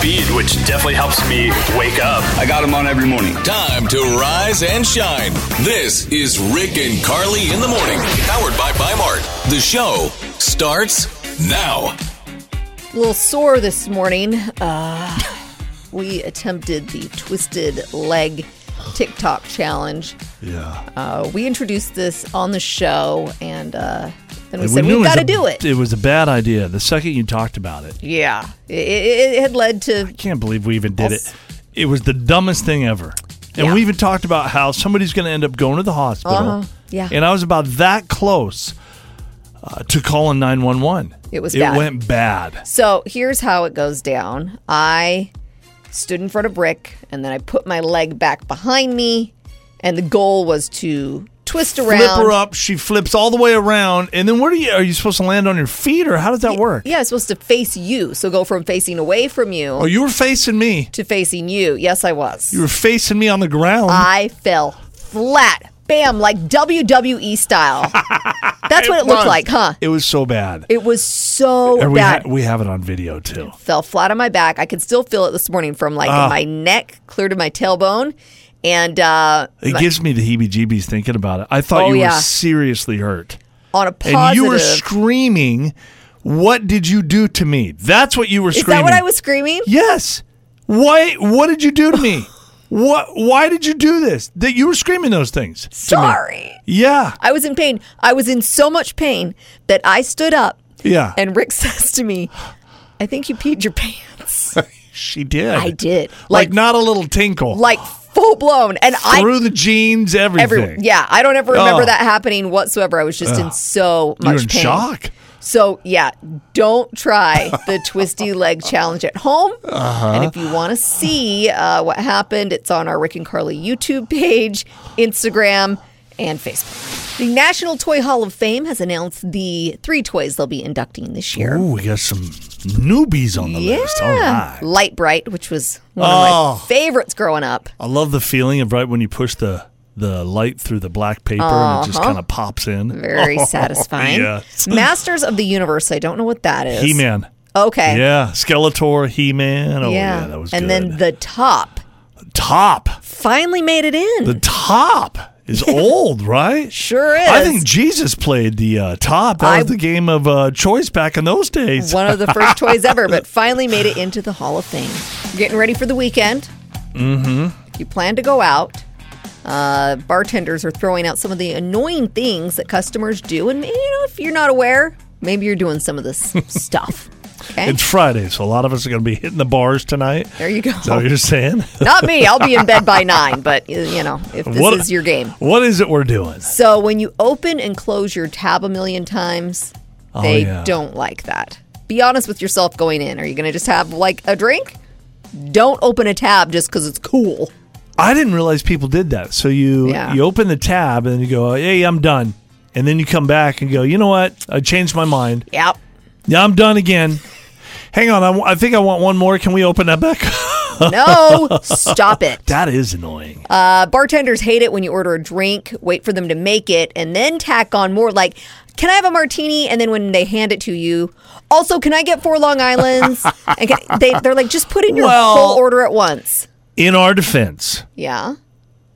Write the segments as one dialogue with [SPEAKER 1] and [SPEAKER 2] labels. [SPEAKER 1] feed, which definitely helps me wake up.
[SPEAKER 2] I got them on every morning.
[SPEAKER 3] Time to rise and shine. This is Rick and Carly in the morning, powered by Mart. The show starts now.
[SPEAKER 4] A little sore this morning. Uh, we attempted the twisted leg TikTok challenge.
[SPEAKER 5] Yeah.
[SPEAKER 4] Uh, we introduced this on the show, and uh, then we
[SPEAKER 5] And
[SPEAKER 4] said
[SPEAKER 5] knew
[SPEAKER 4] we've
[SPEAKER 5] was
[SPEAKER 4] got to
[SPEAKER 5] a-
[SPEAKER 4] do it.
[SPEAKER 5] It was a bad idea the second you talked about it.
[SPEAKER 4] yeah, it, it, it had led to
[SPEAKER 5] Can't believe we even did
[SPEAKER 4] Yes.
[SPEAKER 5] it. It was the dumbest thing ever. And
[SPEAKER 4] Yeah.
[SPEAKER 5] we even talked about how somebody's going to end up going to the hospital.
[SPEAKER 4] Uh-huh. Yeah.
[SPEAKER 5] And I was about that close uh, to calling 911.
[SPEAKER 4] It was
[SPEAKER 5] It
[SPEAKER 4] bad.
[SPEAKER 5] went bad.
[SPEAKER 4] So here's how it goes down. I stood in front of Brick and then I put my leg back behind me, and the goal was to twist around.
[SPEAKER 5] Flip her up. She flips all the way around. And then what are you? Are you supposed to land on your feet or how does that work?
[SPEAKER 4] Yeah, it's supposed to face you. So go from facing away from you
[SPEAKER 5] Oh, you were facing me.
[SPEAKER 4] to facing you. Yes, I was.
[SPEAKER 5] You were facing me on the ground.
[SPEAKER 4] I fell flat. Bam, like WWE style. That's what it, looked
[SPEAKER 5] was.
[SPEAKER 4] like, huh?
[SPEAKER 5] it was so bad.
[SPEAKER 4] It was so
[SPEAKER 5] and we, ha-
[SPEAKER 4] bad.
[SPEAKER 5] we have it on video too.
[SPEAKER 4] fell flat on my back. I could still feel it this morning from like
[SPEAKER 5] Ah.
[SPEAKER 4] my neck clear to my tailbone. And uh,
[SPEAKER 5] It gives me the heebie-jeebies thinking about it. I thought
[SPEAKER 4] Oh,
[SPEAKER 5] you
[SPEAKER 4] yeah.
[SPEAKER 5] were seriously hurt,
[SPEAKER 4] on a
[SPEAKER 5] and
[SPEAKER 4] positive.
[SPEAKER 5] you were screaming. What did you do to me? That's what you were
[SPEAKER 4] Is
[SPEAKER 5] screaming.
[SPEAKER 4] that what I was screaming?
[SPEAKER 5] Yes. Why? What did you do to me? what? Why did you do this? That you were screaming those things. to me.
[SPEAKER 4] Sorry.
[SPEAKER 5] Yeah.
[SPEAKER 4] I was in pain. I was in so much pain that I stood up
[SPEAKER 5] Yeah.
[SPEAKER 4] and Rick says to me, I think you peed your pants.
[SPEAKER 5] she did.
[SPEAKER 4] I did.
[SPEAKER 5] Like,
[SPEAKER 4] Like,
[SPEAKER 5] not a little tinkle.
[SPEAKER 4] like full blown. And
[SPEAKER 5] through
[SPEAKER 4] I.
[SPEAKER 5] the jeans, everything.
[SPEAKER 4] Every, yeah, I don't ever remember
[SPEAKER 5] Oh.
[SPEAKER 4] that happening whatsoever. I was just in so
[SPEAKER 5] You're
[SPEAKER 4] much
[SPEAKER 5] in
[SPEAKER 4] pain.
[SPEAKER 5] shock.
[SPEAKER 4] So yeah, don't try the twisty leg challenge at home.
[SPEAKER 5] Uh-huh.
[SPEAKER 4] And if you want to see uh, what happened, it's on our Rick and Carly YouTube page, Instagram, and Facebook. The National Toy Hall of Fame has announced the three toys they'll be inducting this year.
[SPEAKER 5] Ooh, we got some newbies on the list. All
[SPEAKER 4] Yeah,
[SPEAKER 5] right.
[SPEAKER 4] Light Bright, which was one
[SPEAKER 5] Oh.
[SPEAKER 4] of my favorites growing up.
[SPEAKER 5] I love the feeling of right when you push the the light through the black paper and it just kind of pops in.
[SPEAKER 4] Uh-huh. Very satisfying.
[SPEAKER 5] Oh, yes.
[SPEAKER 4] Masters of the Universe. I don't know what that is.
[SPEAKER 5] He Man.
[SPEAKER 4] Okay.
[SPEAKER 5] Yeah. Skeletor, He Man. Oh, yeah. that was
[SPEAKER 4] and
[SPEAKER 5] good.
[SPEAKER 4] then the top
[SPEAKER 5] top.
[SPEAKER 4] finally made it in.
[SPEAKER 5] The top is old, right?
[SPEAKER 4] Sure
[SPEAKER 5] I
[SPEAKER 4] is.
[SPEAKER 5] think Jesus played the uh, top. That
[SPEAKER 4] I-
[SPEAKER 5] was the game of uh, choice back in those days.
[SPEAKER 4] one of the first toys ever, but finally made it into the Hall of Fame. You're getting ready for the weekend. Mm-hmm. If you plan to go out, uh, bartenders are throwing out some of the annoying things that customers do, and you know if you're not aware, maybe you're doing some of this stuff. Okay,
[SPEAKER 5] It's Friday, so a lot of us are going to be hitting the bars tonight.
[SPEAKER 4] there you go.
[SPEAKER 5] Is that what you're saying?
[SPEAKER 4] Not me. I'll be in bed by nine, but you- you know if this is your game.
[SPEAKER 5] What is it we're doing?
[SPEAKER 4] So when you open and close your tab a million times, they
[SPEAKER 5] Oh, yeah.
[SPEAKER 4] don't like that. Be honest with yourself going in. Are you going to just have like a drink? Don't open a tab just because it's cool.
[SPEAKER 5] I didn't realize people did that. So you
[SPEAKER 4] Yeah.
[SPEAKER 5] you open the tab and you go, "Hey, I'm done," and then you come back and go, "You know what? I changed my mind.
[SPEAKER 4] Yep.
[SPEAKER 5] Yeah, I'm done again. Hang on, I wa- I think I want one more. Can we open that back?"
[SPEAKER 4] No, stop it.
[SPEAKER 5] that is annoying.
[SPEAKER 4] Uh, bartenders hate it when you order a drink, wait for them to make it, and then tack on more like, can I have a martini? And then when they hand it to you, also, can I get four Long Islands? And can- they, they're like, just put in your
[SPEAKER 5] Well-
[SPEAKER 4] whole order at once.
[SPEAKER 5] In our defense,
[SPEAKER 4] Yeah.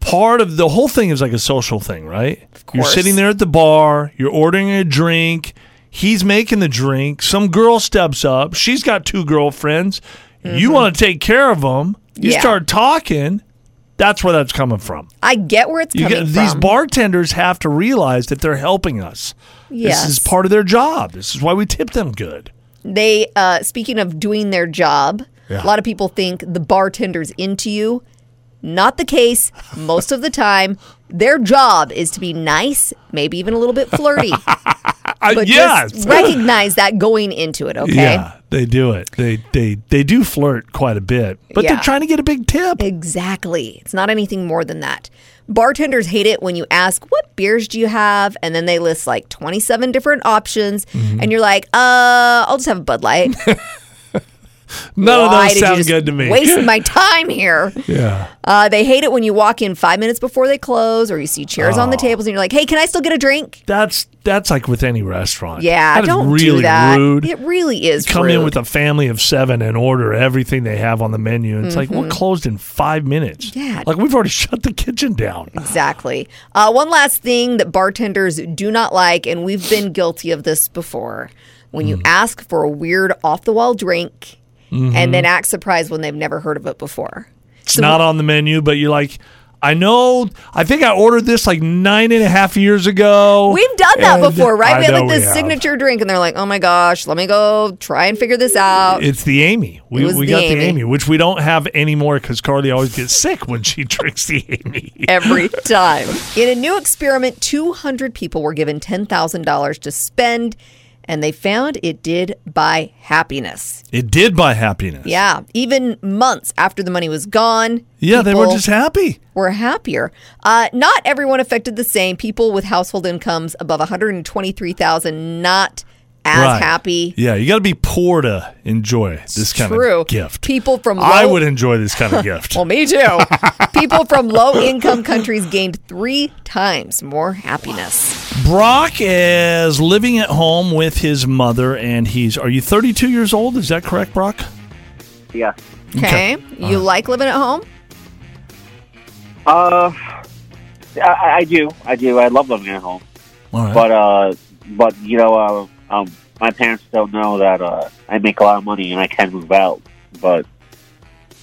[SPEAKER 5] part of the whole thing is like a social thing, right? You're
[SPEAKER 4] course.
[SPEAKER 5] sitting there at the bar, you're ordering a drink, he's making the drink, some girl steps up, she's got two girlfriends, you want to take care of them, you
[SPEAKER 4] Mm-hmm. Yeah.
[SPEAKER 5] start talking, that's where that's coming from.
[SPEAKER 4] I get where it's
[SPEAKER 5] You
[SPEAKER 4] coming from.
[SPEAKER 5] get, these bartenders have to realize that they're helping us.
[SPEAKER 4] Yes.
[SPEAKER 5] This is part of their job. This is why we tip them good.
[SPEAKER 4] They, uh, speaking of doing their job,
[SPEAKER 5] Yeah.
[SPEAKER 4] a lot of people think the bartender's into you. Not the case. Most of the time, their job is to be nice, maybe even a little bit flirty.
[SPEAKER 5] I,
[SPEAKER 4] But
[SPEAKER 5] yes.
[SPEAKER 4] just recognize that going into it, okay?
[SPEAKER 5] Yeah, they do it. They they they do flirt quite a bit, but
[SPEAKER 4] Yeah.
[SPEAKER 5] they're trying to get a big tip.
[SPEAKER 4] Exactly. It's not anything more than that. Bartenders hate it when you ask, What beers do you have? And then they list like 27 different options.
[SPEAKER 5] Mm-hmm.
[SPEAKER 4] And you're like, Uh, I'll just have a Bud Light. Why
[SPEAKER 5] None of
[SPEAKER 4] did
[SPEAKER 5] those
[SPEAKER 4] you
[SPEAKER 5] sound
[SPEAKER 4] just
[SPEAKER 5] good to me.
[SPEAKER 4] Waste my time here.
[SPEAKER 5] Yeah.
[SPEAKER 4] Uh, they hate
[SPEAKER 5] Oh.
[SPEAKER 4] it when you walk in five minutes before they close, or you see chairs on the tables, and you're like, "Hey, can I still get a drink?"
[SPEAKER 5] That's that's like with any restaurant.
[SPEAKER 4] Yeah,
[SPEAKER 5] That is
[SPEAKER 4] don't
[SPEAKER 5] really
[SPEAKER 4] do that.
[SPEAKER 5] rude.
[SPEAKER 4] It really is.
[SPEAKER 5] Come in
[SPEAKER 4] rude.
[SPEAKER 5] with a family of seven and order everything they have on the menu. It's like we're closed in five minutes.
[SPEAKER 4] Mm-hmm. Yeah.
[SPEAKER 5] like we've already shut the kitchen down.
[SPEAKER 4] Exactly. Uh, one last thing that bartenders do not like, and we've been guilty of this before when
[SPEAKER 5] Hmm.
[SPEAKER 4] you ask for a weird off the wall drink
[SPEAKER 5] Mm-hmm.
[SPEAKER 4] and then act surprised when they've never heard of it before.
[SPEAKER 5] It's not on the menu, but you're like, I know. I think I ordered this like nine and a half years ago.
[SPEAKER 4] We've done that
[SPEAKER 5] And-
[SPEAKER 4] before, right?
[SPEAKER 5] I
[SPEAKER 4] we had
[SPEAKER 5] know
[SPEAKER 4] like this
[SPEAKER 5] have.
[SPEAKER 4] signature drink, and they're like, oh my gosh, let me go try and figure this out.
[SPEAKER 5] It's the Amy. We,
[SPEAKER 4] It was
[SPEAKER 5] we
[SPEAKER 4] the
[SPEAKER 5] got
[SPEAKER 4] Amy.
[SPEAKER 5] the Amy, which we don't have anymore because Carly always gets sick when she drinks the Amy.
[SPEAKER 4] every time. In a new experiment, 200 people were given $10,000 to spend, and they found it did buy happiness.
[SPEAKER 5] It did buy happiness.
[SPEAKER 4] Yeah, even months after the money was gone.
[SPEAKER 5] Yeah, they were
[SPEAKER 4] people
[SPEAKER 5] just happy.
[SPEAKER 4] were happier. Uh, not everyone affected the same. People with household incomes above 123,000 not as
[SPEAKER 5] Right.
[SPEAKER 4] happy.
[SPEAKER 5] Yeah, you got to be poor to enjoy this kind
[SPEAKER 4] True.
[SPEAKER 5] of gift.
[SPEAKER 4] People from low
[SPEAKER 5] I would enjoy this kind of gift.
[SPEAKER 4] Well, me too. People from low income countries gained three times more happiness.
[SPEAKER 5] Brock is living at home with his mother, and he's. Are you 32 years old? Is that correct, Brock?
[SPEAKER 2] Yeah.
[SPEAKER 4] Okay. You like living at home?
[SPEAKER 2] Uh, I, I do. I do. I love living at home.
[SPEAKER 5] All right.
[SPEAKER 2] But uh, but you know, uh, um, my parents don't know that uh, I make a lot of money and I can move out, but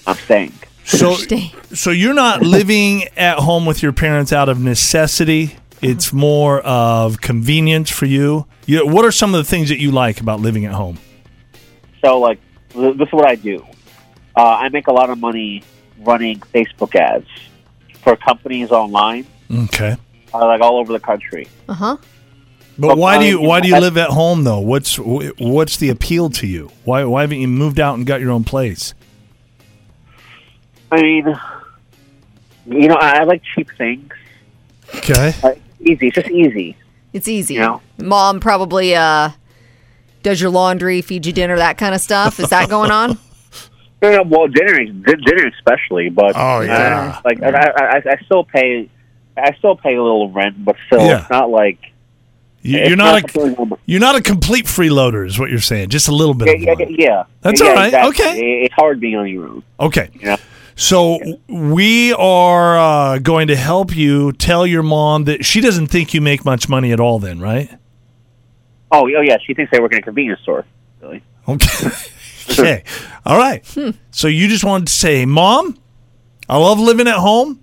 [SPEAKER 2] I'm staying.
[SPEAKER 5] so,
[SPEAKER 4] Stay.
[SPEAKER 5] so you're not living at home with your parents out of necessity. It's more of convenience for you. you. What are some of the things that you like about living at home?
[SPEAKER 2] So like, th- this is what I do. Uh, I make a lot of money running Facebook ads for companies online,
[SPEAKER 5] Okay.
[SPEAKER 2] uh, like all over the country.
[SPEAKER 4] Uh huh.
[SPEAKER 5] But
[SPEAKER 2] Well,
[SPEAKER 5] why do you
[SPEAKER 2] I-
[SPEAKER 5] why do you
[SPEAKER 2] Um, I-
[SPEAKER 5] live at home though? What's wh- what's the appeal to you? Why why haven't you moved out and got your own place?
[SPEAKER 2] I mean, you know, I, I like cheap things.
[SPEAKER 5] Okay.
[SPEAKER 2] Uh, easy, it's just easy.
[SPEAKER 4] It's easy.
[SPEAKER 2] Yeah.
[SPEAKER 4] Mom probably uh, does your laundry, feed you dinner, that kind of stuff. Is that going on?
[SPEAKER 2] No, no, well, dinner, di- dinner especially, but
[SPEAKER 5] Oh, yeah.
[SPEAKER 2] uh, like I, I, I- I still pay, I still pay a little rent, but still,
[SPEAKER 5] Yeah.
[SPEAKER 2] it's not like
[SPEAKER 5] You,
[SPEAKER 2] it's
[SPEAKER 5] you're not a
[SPEAKER 2] something-
[SPEAKER 5] you're not a complete freeloader is what you're saying. Just a little bit.
[SPEAKER 2] yeah,
[SPEAKER 5] of
[SPEAKER 2] yeah,
[SPEAKER 5] one.
[SPEAKER 2] yeah, yeah.
[SPEAKER 5] That's
[SPEAKER 2] Yeah,
[SPEAKER 5] all right.
[SPEAKER 2] exactly.
[SPEAKER 5] Okay.
[SPEAKER 2] It- it's hard being on your own.
[SPEAKER 5] Okay.
[SPEAKER 2] Yeah.
[SPEAKER 5] So we are uh, going to help you tell your mom that she doesn't think you make much money at all. Then, right?
[SPEAKER 2] Oh, oh yeah, she thinks I work in a convenience store. Really?
[SPEAKER 5] Okay. okay. All right. So you just wanted to say, Mom, I love living at home.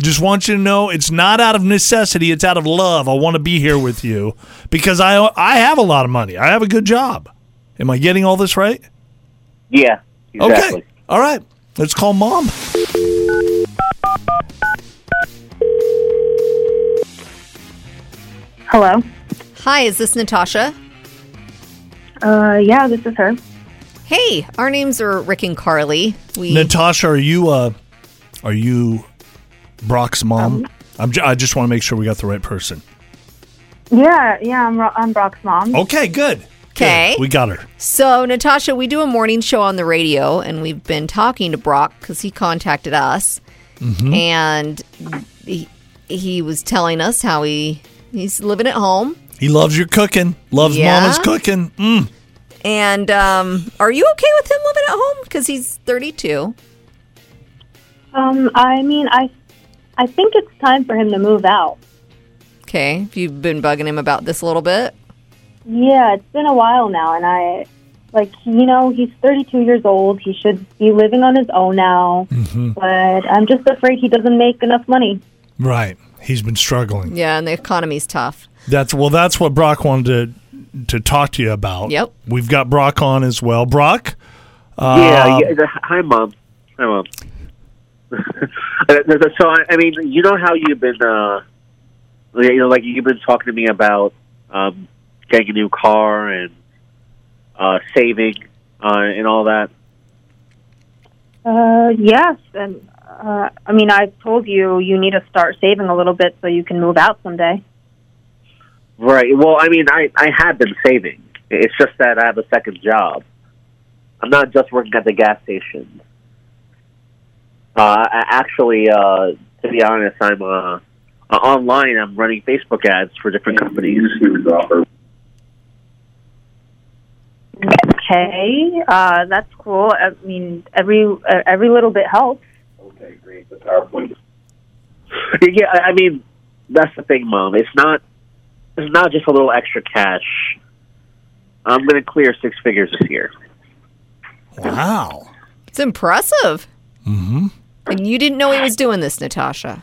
[SPEAKER 5] Just want you to know it's not out of necessity, it's out of love. I want to be here with you because I I have a lot of money. I have a good job. Am I getting all this right?
[SPEAKER 2] Yeah, exactly.
[SPEAKER 5] Okay. All right. Let's call mom.
[SPEAKER 6] Hello.
[SPEAKER 4] Hi, is this Natasha?
[SPEAKER 6] Uh, yeah, this is her.
[SPEAKER 4] Hey, our names are Rick and Carly. We
[SPEAKER 5] Natasha, are you uh are you Brock's
[SPEAKER 4] Um,
[SPEAKER 5] mom? I'm ju- I just want to make sure we got the right person.
[SPEAKER 6] Yeah, yeah, I'm, Ro- I'm Brock's mom.
[SPEAKER 5] Okay, good. Good.
[SPEAKER 4] Okay.
[SPEAKER 5] We got her.
[SPEAKER 4] so Natasha, we do a morning show on the radio, and we've been talking to Brock because he contacted us, and he, he was telling us how he he's living at home.
[SPEAKER 5] He loves your cooking. Loves
[SPEAKER 4] Yeah?
[SPEAKER 5] mama's cooking. Mm.
[SPEAKER 4] And um, are you okay with him living at home? Because he's thirty-two.
[SPEAKER 6] Um, I mean, I, I think it's time for him to move out.
[SPEAKER 4] Okay, have you been bugging him about this a little bit?
[SPEAKER 6] Yeah, it's been a while now, and I, like, you know, he's 32 years old. He should be living on his own now. But I'm just afraid he doesn't make enough money.
[SPEAKER 5] Right. He's been struggling.
[SPEAKER 4] Yeah, and the economy's tough.
[SPEAKER 5] That's well that's what Brock wanted to to talk to you about.
[SPEAKER 4] Yep.
[SPEAKER 5] We've got Brock on as well. Brock?
[SPEAKER 2] Yeah, yeah. the- Hi, mom. Hi, mom. so I I mean, you know how you've been, uh, you know, like you've been talking to me about um, getting a new car and uh, saving uh, and all that.
[SPEAKER 6] Uh, yes, and uh, I mean, I've told you you need to start saving a little bit so you can move out someday.
[SPEAKER 2] Right. Well, I mean, I I have been saving. It's just that I have a second job. I'm not just working at the gas station. Uh, I actually, uh, to be honest, I'm uh, uh, online, I'm running Facebook ads for different companies.
[SPEAKER 6] Okay, uh, that's cool. I mean, every uh, every little bit helps.
[SPEAKER 2] Yeah, I I mean, that's the thing, Mom. It's not it's not just a little extra cash. I'm going to clear six figures this year.
[SPEAKER 5] Wow.
[SPEAKER 4] It's impressive. Mm-hmm. And you didn't know he was doing this, Natasha.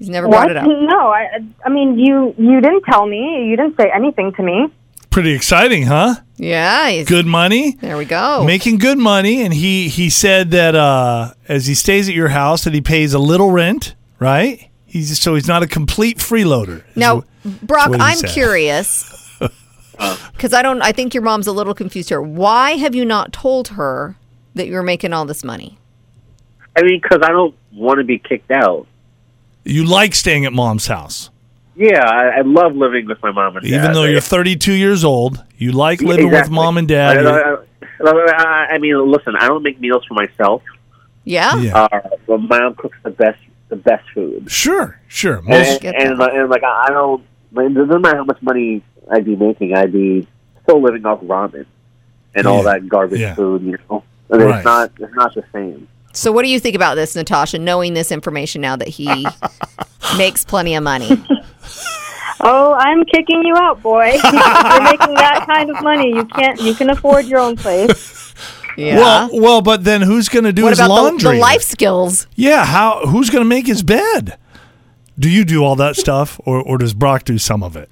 [SPEAKER 4] He's never brought it up.
[SPEAKER 6] No, I I mean you you didn't tell me. You didn't say anything to me.
[SPEAKER 5] Pretty exciting, huh?
[SPEAKER 4] Yeah. He's,
[SPEAKER 5] Good money.
[SPEAKER 4] There we go.
[SPEAKER 5] Making good money, and he he said that uh, as he stays at your house, that he pays a little rent, right? He's so he's not a complete freeloader. is
[SPEAKER 4] now,
[SPEAKER 5] wh-
[SPEAKER 4] Brock,
[SPEAKER 5] what he
[SPEAKER 4] I'm
[SPEAKER 5] said.
[SPEAKER 4] curious because I don't. I think your mom's a little confused here. Why have you not told her that you're making all this money?
[SPEAKER 2] I mean, because I don't want to be kicked out.
[SPEAKER 5] you like staying at mom's house,
[SPEAKER 2] Yeah, I, I love living with my mom and dad.
[SPEAKER 5] even though
[SPEAKER 2] I-
[SPEAKER 5] you're 32 years old. You like
[SPEAKER 2] Yeah,
[SPEAKER 5] living with
[SPEAKER 2] exactly.
[SPEAKER 5] mom and
[SPEAKER 2] I,
[SPEAKER 5] dad. You're-
[SPEAKER 2] I, I, I- I mean, listen, I don't make meals for myself.
[SPEAKER 4] Yeah.
[SPEAKER 5] yeah,
[SPEAKER 2] Uh, but my mom cooks the best, the best food.
[SPEAKER 5] sure, sure. Most,
[SPEAKER 2] And,
[SPEAKER 4] get
[SPEAKER 2] and, like- and like, I don't. It doesn't matter how much money I'd be making. I'd be still living off ramen and all
[SPEAKER 5] Yeah.
[SPEAKER 2] that garbage
[SPEAKER 5] Yeah.
[SPEAKER 2] food. You know, And
[SPEAKER 5] Right.
[SPEAKER 2] it's not. It's not the same.
[SPEAKER 4] So, what do you think about this, Natasha? Knowing this information now that he makes plenty of money.
[SPEAKER 6] Oh, I'm kicking you out, boy. You're making that kind of money. You can't. You can afford your own place.
[SPEAKER 4] Yeah.
[SPEAKER 5] Well, well, but then who's going to do
[SPEAKER 4] what
[SPEAKER 5] his
[SPEAKER 4] about the-
[SPEAKER 5] laundry?
[SPEAKER 4] the life skills?
[SPEAKER 5] Yeah, how who's going to make his bed? Do you do all that stuff or, or does Brock do some of it?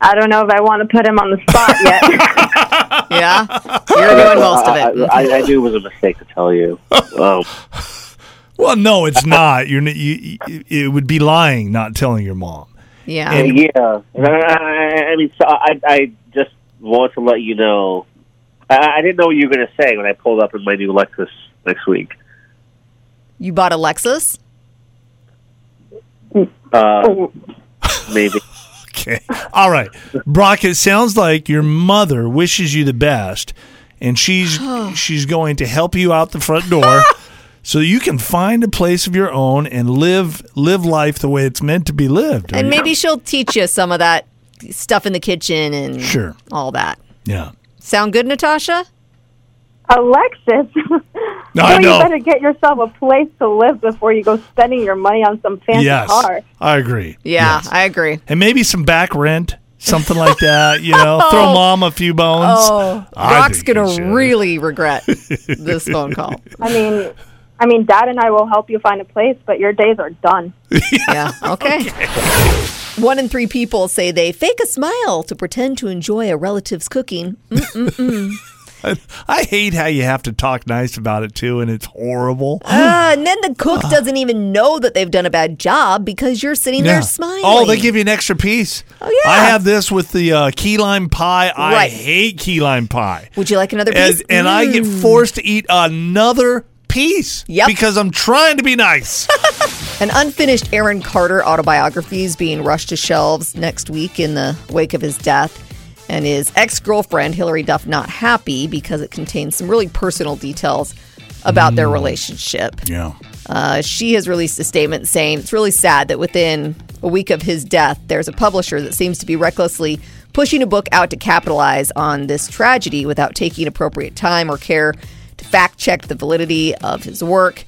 [SPEAKER 6] I don't know if I want to put him on the spot yet.
[SPEAKER 4] Yeah. You're doing most of it.
[SPEAKER 2] I, I, I knew it was a mistake to tell you. Um,
[SPEAKER 5] Well, no, it's not. You're n- you, you it would be lying not telling your mom.
[SPEAKER 4] Yeah.
[SPEAKER 5] And-
[SPEAKER 2] Uh, yeah, I, I- I mean, so I, I just want to let you know. I, I didn't know what you were going to say when I pulled up in my new Lexus next week.
[SPEAKER 4] you bought a Lexus?
[SPEAKER 2] Uh, maybe.
[SPEAKER 5] Okay. All right. Brock, it sounds like your mother wishes you the best and she's she's going to help you out the front door so you can find a place of your own and live live life the way it's meant to be lived.
[SPEAKER 4] And maybe she'll teach you some of that stuff in the kitchen and
[SPEAKER 5] Sure.
[SPEAKER 4] all that.
[SPEAKER 5] Yeah.
[SPEAKER 4] Sound good, Natasha?
[SPEAKER 6] Alexis,
[SPEAKER 5] I
[SPEAKER 6] you
[SPEAKER 5] know.
[SPEAKER 6] better get yourself a place to live before you go spending your money on some fancy
[SPEAKER 5] Yes.
[SPEAKER 6] car.
[SPEAKER 5] I agree.
[SPEAKER 4] Yeah,
[SPEAKER 5] Yes.
[SPEAKER 4] I agree.
[SPEAKER 5] and maybe some back rent, something like that. You know, throw mom a few bones.
[SPEAKER 4] Oh,
[SPEAKER 5] I
[SPEAKER 4] Brock's
[SPEAKER 5] think you
[SPEAKER 4] going
[SPEAKER 5] should.
[SPEAKER 4] to really regret this phone call.
[SPEAKER 6] I mean, I mean, Dad and I will help you find a place, but your days are done.
[SPEAKER 4] Yeah. Okay. One in three people say they fake a smile to pretend to enjoy a relative's cooking.
[SPEAKER 5] I hate how you have to talk nice about it too, and it's horrible.
[SPEAKER 4] Ah, and then the cook doesn't even know that they've done a bad job because you're sitting there smiling.
[SPEAKER 5] Oh, they give you an extra piece. Oh
[SPEAKER 4] yeah.
[SPEAKER 5] I have this with the uh, key lime pie. I
[SPEAKER 4] Right.
[SPEAKER 5] hate key lime pie,
[SPEAKER 4] Would you like another piece?
[SPEAKER 5] and, and I get
[SPEAKER 4] Mm.
[SPEAKER 5] forced to eat another piece
[SPEAKER 4] Yep.
[SPEAKER 5] because I'm trying to be nice.
[SPEAKER 4] An unfinished Aaron Carter autobiography is being rushed to shelves next week in the wake of his death. And his ex girlfriend, Hillary Duff, not happy because it contains some really personal details about their relationship.
[SPEAKER 5] yeah.
[SPEAKER 4] Uh, she has released a statement saying it's really sad that within a week of his death, there's a publisher that seems to be recklessly pushing a book out to capitalize on this tragedy without taking appropriate time or care to fact check the validity of his work.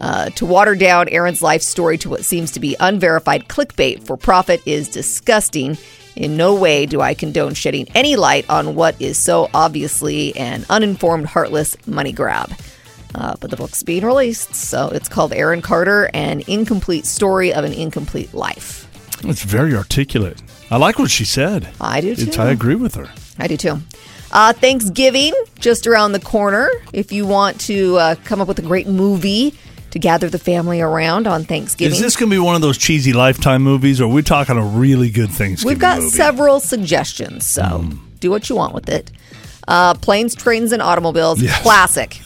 [SPEAKER 4] Uh, to water down Aaron's life story to what seems to be unverified clickbait for profit is disgusting. In no way do I condone shedding any light on what is so obviously an uninformed, heartless money grab. Uh, but the book's being released, so it's called Aaron Carter An Incomplete Story of an Incomplete Life.
[SPEAKER 5] It's very articulate. I like what she said.
[SPEAKER 4] I do
[SPEAKER 5] It's-
[SPEAKER 4] too.
[SPEAKER 5] I agree with her.
[SPEAKER 4] I do too. Uh, Thanksgiving just around the corner. If you want to uh, come up with a great movie to gather the family around on Thanksgiving,
[SPEAKER 5] Is this going to be one of those cheesy lifetime movies, or are we talking a really good Thanksgiving
[SPEAKER 4] we've got
[SPEAKER 5] movie? Hmm.
[SPEAKER 4] several suggestions, so do what you want with it. Uh, planes, trains, and automobiles,
[SPEAKER 5] Yes.
[SPEAKER 4] classic.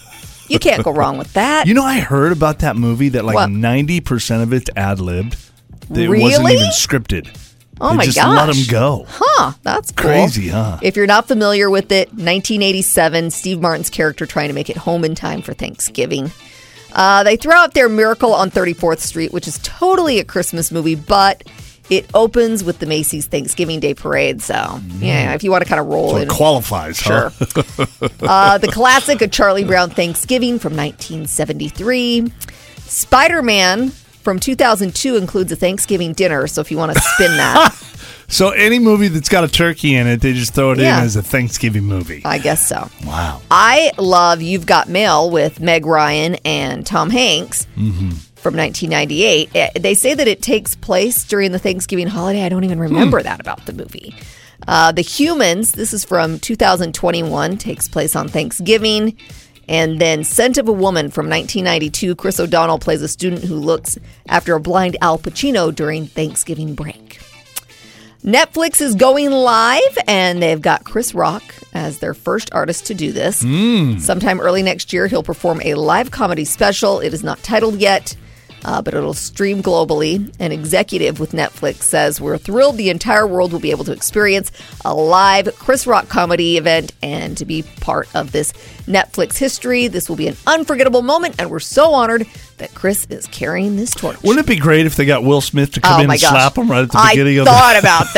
[SPEAKER 4] You can't go wrong with that.
[SPEAKER 5] You know, I heard about that movie that like
[SPEAKER 4] What?
[SPEAKER 5] ninety percent of it's ad libbed. It wasn't
[SPEAKER 4] Really?
[SPEAKER 5] even scripted.
[SPEAKER 4] Oh
[SPEAKER 5] they
[SPEAKER 4] my
[SPEAKER 5] just
[SPEAKER 4] gosh.
[SPEAKER 5] Let them go.
[SPEAKER 4] Huh, that's cool.
[SPEAKER 5] Crazy, huh?
[SPEAKER 4] If you're not familiar with it, 1987, Steve Martin's character trying to make it home in time for Thanksgiving. Uh, they throw out their Miracle on 34th Street, which is totally a Christmas movie, but it opens with the Macy's Thanksgiving Day Parade. So, yeah, if you want to kind of roll
[SPEAKER 5] Mm-hmm. So
[SPEAKER 4] in.
[SPEAKER 5] it qualifies, huh?
[SPEAKER 4] Sure. uh, the classic of Charlie Brown Thanksgiving from 1973. Spider Man from 2002 includes a Thanksgiving dinner. So if you want to spin that,
[SPEAKER 5] So any movie that's got a turkey in it, they just throw it
[SPEAKER 4] Yeah.
[SPEAKER 5] in as a Thanksgiving movie.
[SPEAKER 4] I guess so.
[SPEAKER 5] Wow.
[SPEAKER 4] I love You've Got Mail with Meg Ryan and Tom Hanks from 1998. Eh, They say that it takes place during the Thanksgiving holiday. I don't even remember that about the movie. Uh, the Humans, this is from 2021, takes place on Thanksgiving. And then Scent of a Woman from 1992. Chris O'Donnell plays a student who looks after a blind Al Pacino during Thanksgiving break. Netflix is going live, and they've got Chris Rock as their first artist to do this. Sometime early next year, he'll perform a live comedy special. It is not titled yet, uh, but it'll stream globally. An executive with Netflix says, We're thrilled the entire world will be able to experience a live Chris Rock comedy event and to be part of this Netflix history. This will be an unforgettable moment, and we're so honored that Chris is carrying this torch.
[SPEAKER 5] Wouldn't it be great if they got Will Smith to come in and slap him right at the beginning
[SPEAKER 4] Oh I thought
[SPEAKER 5] of
[SPEAKER 4] about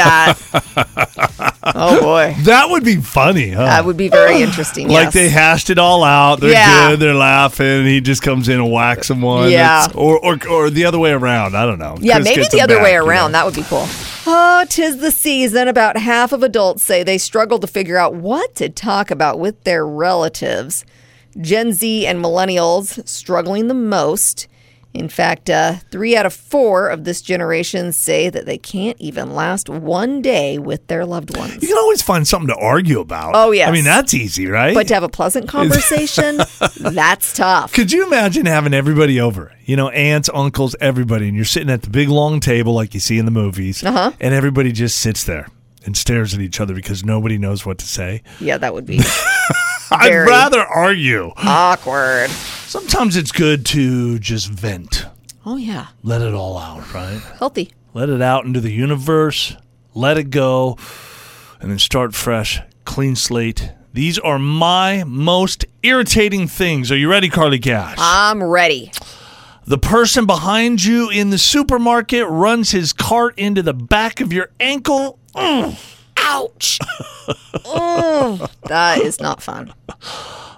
[SPEAKER 4] that. oh boy,
[SPEAKER 5] the That would be funny, huh?
[SPEAKER 4] that would be very interesting.
[SPEAKER 5] like
[SPEAKER 4] yes.
[SPEAKER 5] they hashed it all out. They're
[SPEAKER 4] Yeah.
[SPEAKER 5] good. They're laughing. And he just comes in and whacks someone.
[SPEAKER 4] Yeah.
[SPEAKER 5] It's- Or, or or the other way around. I don't know.
[SPEAKER 4] Yeah,
[SPEAKER 5] Chris
[SPEAKER 4] maybe
[SPEAKER 5] gets
[SPEAKER 4] the
[SPEAKER 5] him
[SPEAKER 4] other
[SPEAKER 5] back,
[SPEAKER 4] way
[SPEAKER 5] you know.
[SPEAKER 4] around. That would be cool. Oh, tis the season. About half of adults say they struggle to figure out what to talk about with their relatives. Gen Z and millennials struggling the most. In fact, uh, three out of four of this generation say that they can't even last one day with their loved ones.
[SPEAKER 5] You can always find something to argue about.
[SPEAKER 4] Oh, yes.
[SPEAKER 5] I mean, that's easy, right?
[SPEAKER 4] But to have a pleasant conversation, that's tough.
[SPEAKER 5] Could you imagine having everybody over? You know, aunts, uncles, everybody, and you're sitting at the big long table like you see in the movies,
[SPEAKER 4] Uh-huh.
[SPEAKER 5] and everybody just sits there and stares at each other because nobody knows what to say.
[SPEAKER 4] Yeah, that would be
[SPEAKER 5] I'd
[SPEAKER 4] Very.
[SPEAKER 5] rather argue.
[SPEAKER 4] awkward.
[SPEAKER 5] Sometimes it's good to just vent,
[SPEAKER 4] Oh yeah,
[SPEAKER 5] let it all out, right?
[SPEAKER 4] healthy.
[SPEAKER 5] Let it out into the universe, let it go, and then start fresh, clean slate. These are my most irritating things. Are you ready, Carly Cash?
[SPEAKER 4] I'm ready.
[SPEAKER 5] The person behind you in the supermarket runs his cart into the back of your ankle.
[SPEAKER 4] Ouch. Mm, that is not fun.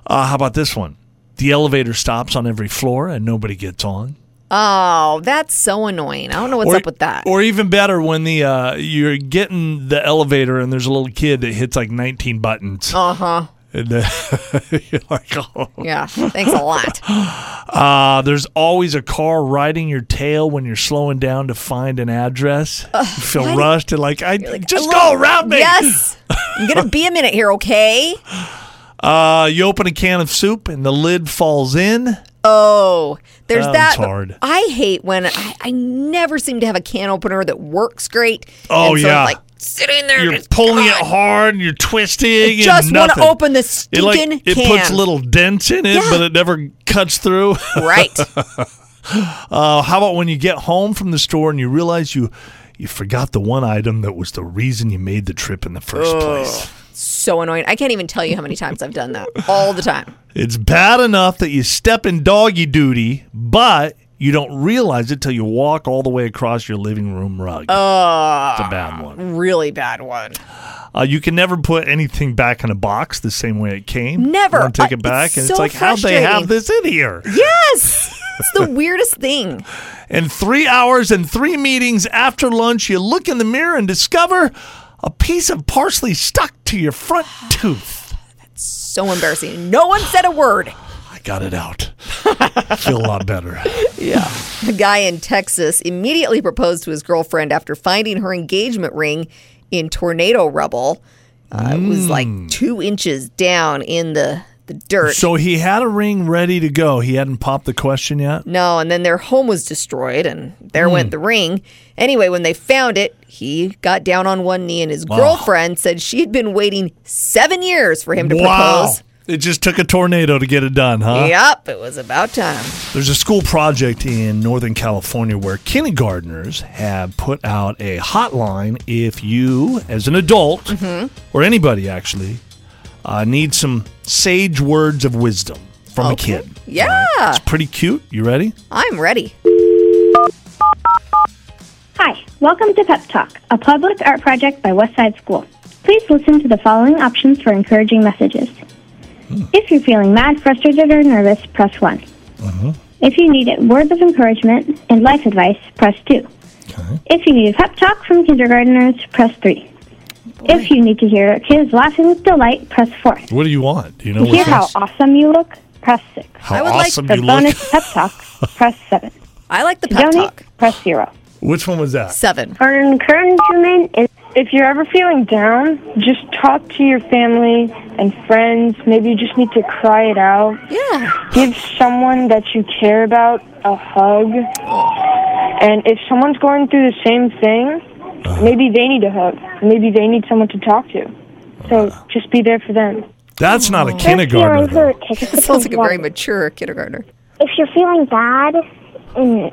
[SPEAKER 5] Uh, how about this one? The elevator stops on every floor and nobody gets on.
[SPEAKER 4] Oh, that's so annoying. I don't know what's up with that.
[SPEAKER 5] Or even better, when the uh, you're getting the elevator and there's a little kid that hits like 19 buttons.
[SPEAKER 4] Uh huh.
[SPEAKER 5] And, uh, you're like, oh.
[SPEAKER 4] Yeah. Thanks a lot.
[SPEAKER 5] Uh, there's always a car riding your tail when you're slowing down to find an address. you feel rushed and like, I just go around me.
[SPEAKER 4] Yes. I'm gonna be a minute here, okay?
[SPEAKER 5] Uh, you open a can of soup and the lid falls in.
[SPEAKER 4] Oh, there's
[SPEAKER 5] That one's
[SPEAKER 4] that.
[SPEAKER 5] hard.
[SPEAKER 4] I hate when I, I never seem to have a can opener that works great.
[SPEAKER 5] Oh,
[SPEAKER 4] and so
[SPEAKER 5] yeah.
[SPEAKER 4] It's like sitting there,
[SPEAKER 5] You're
[SPEAKER 4] just,
[SPEAKER 5] pulling it
[SPEAKER 4] God,
[SPEAKER 5] hard and you're twisting. and
[SPEAKER 4] Just want
[SPEAKER 5] nothing.
[SPEAKER 4] to open the
[SPEAKER 5] It,
[SPEAKER 4] stinking
[SPEAKER 5] like, it
[SPEAKER 4] can.
[SPEAKER 5] puts little dents in it,
[SPEAKER 4] Yeah.
[SPEAKER 5] but it never cuts through.
[SPEAKER 4] right.
[SPEAKER 5] Uh, how about when you get home from the store and you realize you you forgot the one item that was the reason you made the trip in the first place?
[SPEAKER 4] so annoying. I can't even tell you how many times I've done that. All the time.
[SPEAKER 5] It's bad enough that you step in doggy duty, but you don't realize it till you walk all the way across your living room rug. Oh, it's a bad one.
[SPEAKER 4] Really bad one.
[SPEAKER 5] Uh, you can never put anything back in a box the same way it came.
[SPEAKER 4] Never.
[SPEAKER 5] You wanna take
[SPEAKER 4] Uh,
[SPEAKER 5] it back,
[SPEAKER 4] it's
[SPEAKER 5] and
[SPEAKER 4] so
[SPEAKER 5] it's like how'd they have
[SPEAKER 4] frustrating.
[SPEAKER 5] this in here?
[SPEAKER 4] Yes. It's the weirdest thing.
[SPEAKER 5] And three hours and three meetings after lunch, you look in the mirror and discover a piece of parsley stuck to your front tooth.
[SPEAKER 4] So embarrassing. No one said a word.
[SPEAKER 5] I got it out. Feel a lot better.
[SPEAKER 4] A guy in Texas immediately proposed to his girlfriend after finding her engagement ring in tornado rubble. Uh, It was like two inches down in the, the dirt.
[SPEAKER 5] So he had a ring ready to go. He hadn't popped the question yet.
[SPEAKER 4] No, and then their home was destroyed, and there
[SPEAKER 5] Hmm.
[SPEAKER 4] went the ring. Anyway, when they found it, he got down on one knee, and his girlfriend said she had been waiting seven years for him to
[SPEAKER 5] Wow.
[SPEAKER 4] propose.
[SPEAKER 5] It just took a tornado to get it done, huh?
[SPEAKER 4] Yep, it was about time.
[SPEAKER 5] There's a school project in Northern California where kindergartners have put out a hotline if you, as an adult,
[SPEAKER 4] Mm-hmm.
[SPEAKER 5] or anybody actually, uh, need some sage words of wisdom. from a kid.
[SPEAKER 4] Oh. Yeah,
[SPEAKER 5] It's pretty cute. You ready?
[SPEAKER 4] I'm ready.
[SPEAKER 7] Hi, welcome to Pep Talk, a public art project by Westside School. Please listen to the following options for encouraging messages. If you're feeling mad, frustrated, or nervous, press 1. If you need words of encouragement and life advice, press 2. If you need a pep talk from kindergartners, press 3. If you need to hear kids laughing with delight, press 4. To
[SPEAKER 5] What do you want? Do you know
[SPEAKER 7] hear
[SPEAKER 5] what's
[SPEAKER 7] how awesome you look, press 6.
[SPEAKER 5] how
[SPEAKER 4] I would like
[SPEAKER 5] awesome
[SPEAKER 7] For
[SPEAKER 5] you look?
[SPEAKER 7] bonus pep talk, press 7.
[SPEAKER 4] I like the pep
[SPEAKER 7] Donate,
[SPEAKER 4] talk.
[SPEAKER 7] press 0.
[SPEAKER 5] Which one was that?
[SPEAKER 4] Seven.
[SPEAKER 7] For encouragement is
[SPEAKER 8] If you're ever feeling down, just talk to your family and friends. Maybe you just need to cry it out.
[SPEAKER 4] Yeah.
[SPEAKER 8] Give someone that you care about a hug. And if someone's going through the same thing, maybe they need a hug. Maybe they need someone to talk to. So just be there for them.
[SPEAKER 5] That's not a
[SPEAKER 7] If you're
[SPEAKER 5] kindergartner. though.
[SPEAKER 7] hurt, take a sip
[SPEAKER 4] Sounds
[SPEAKER 7] of
[SPEAKER 4] like a very
[SPEAKER 7] water.
[SPEAKER 4] mature kindergartner.
[SPEAKER 7] If you're feeling bad and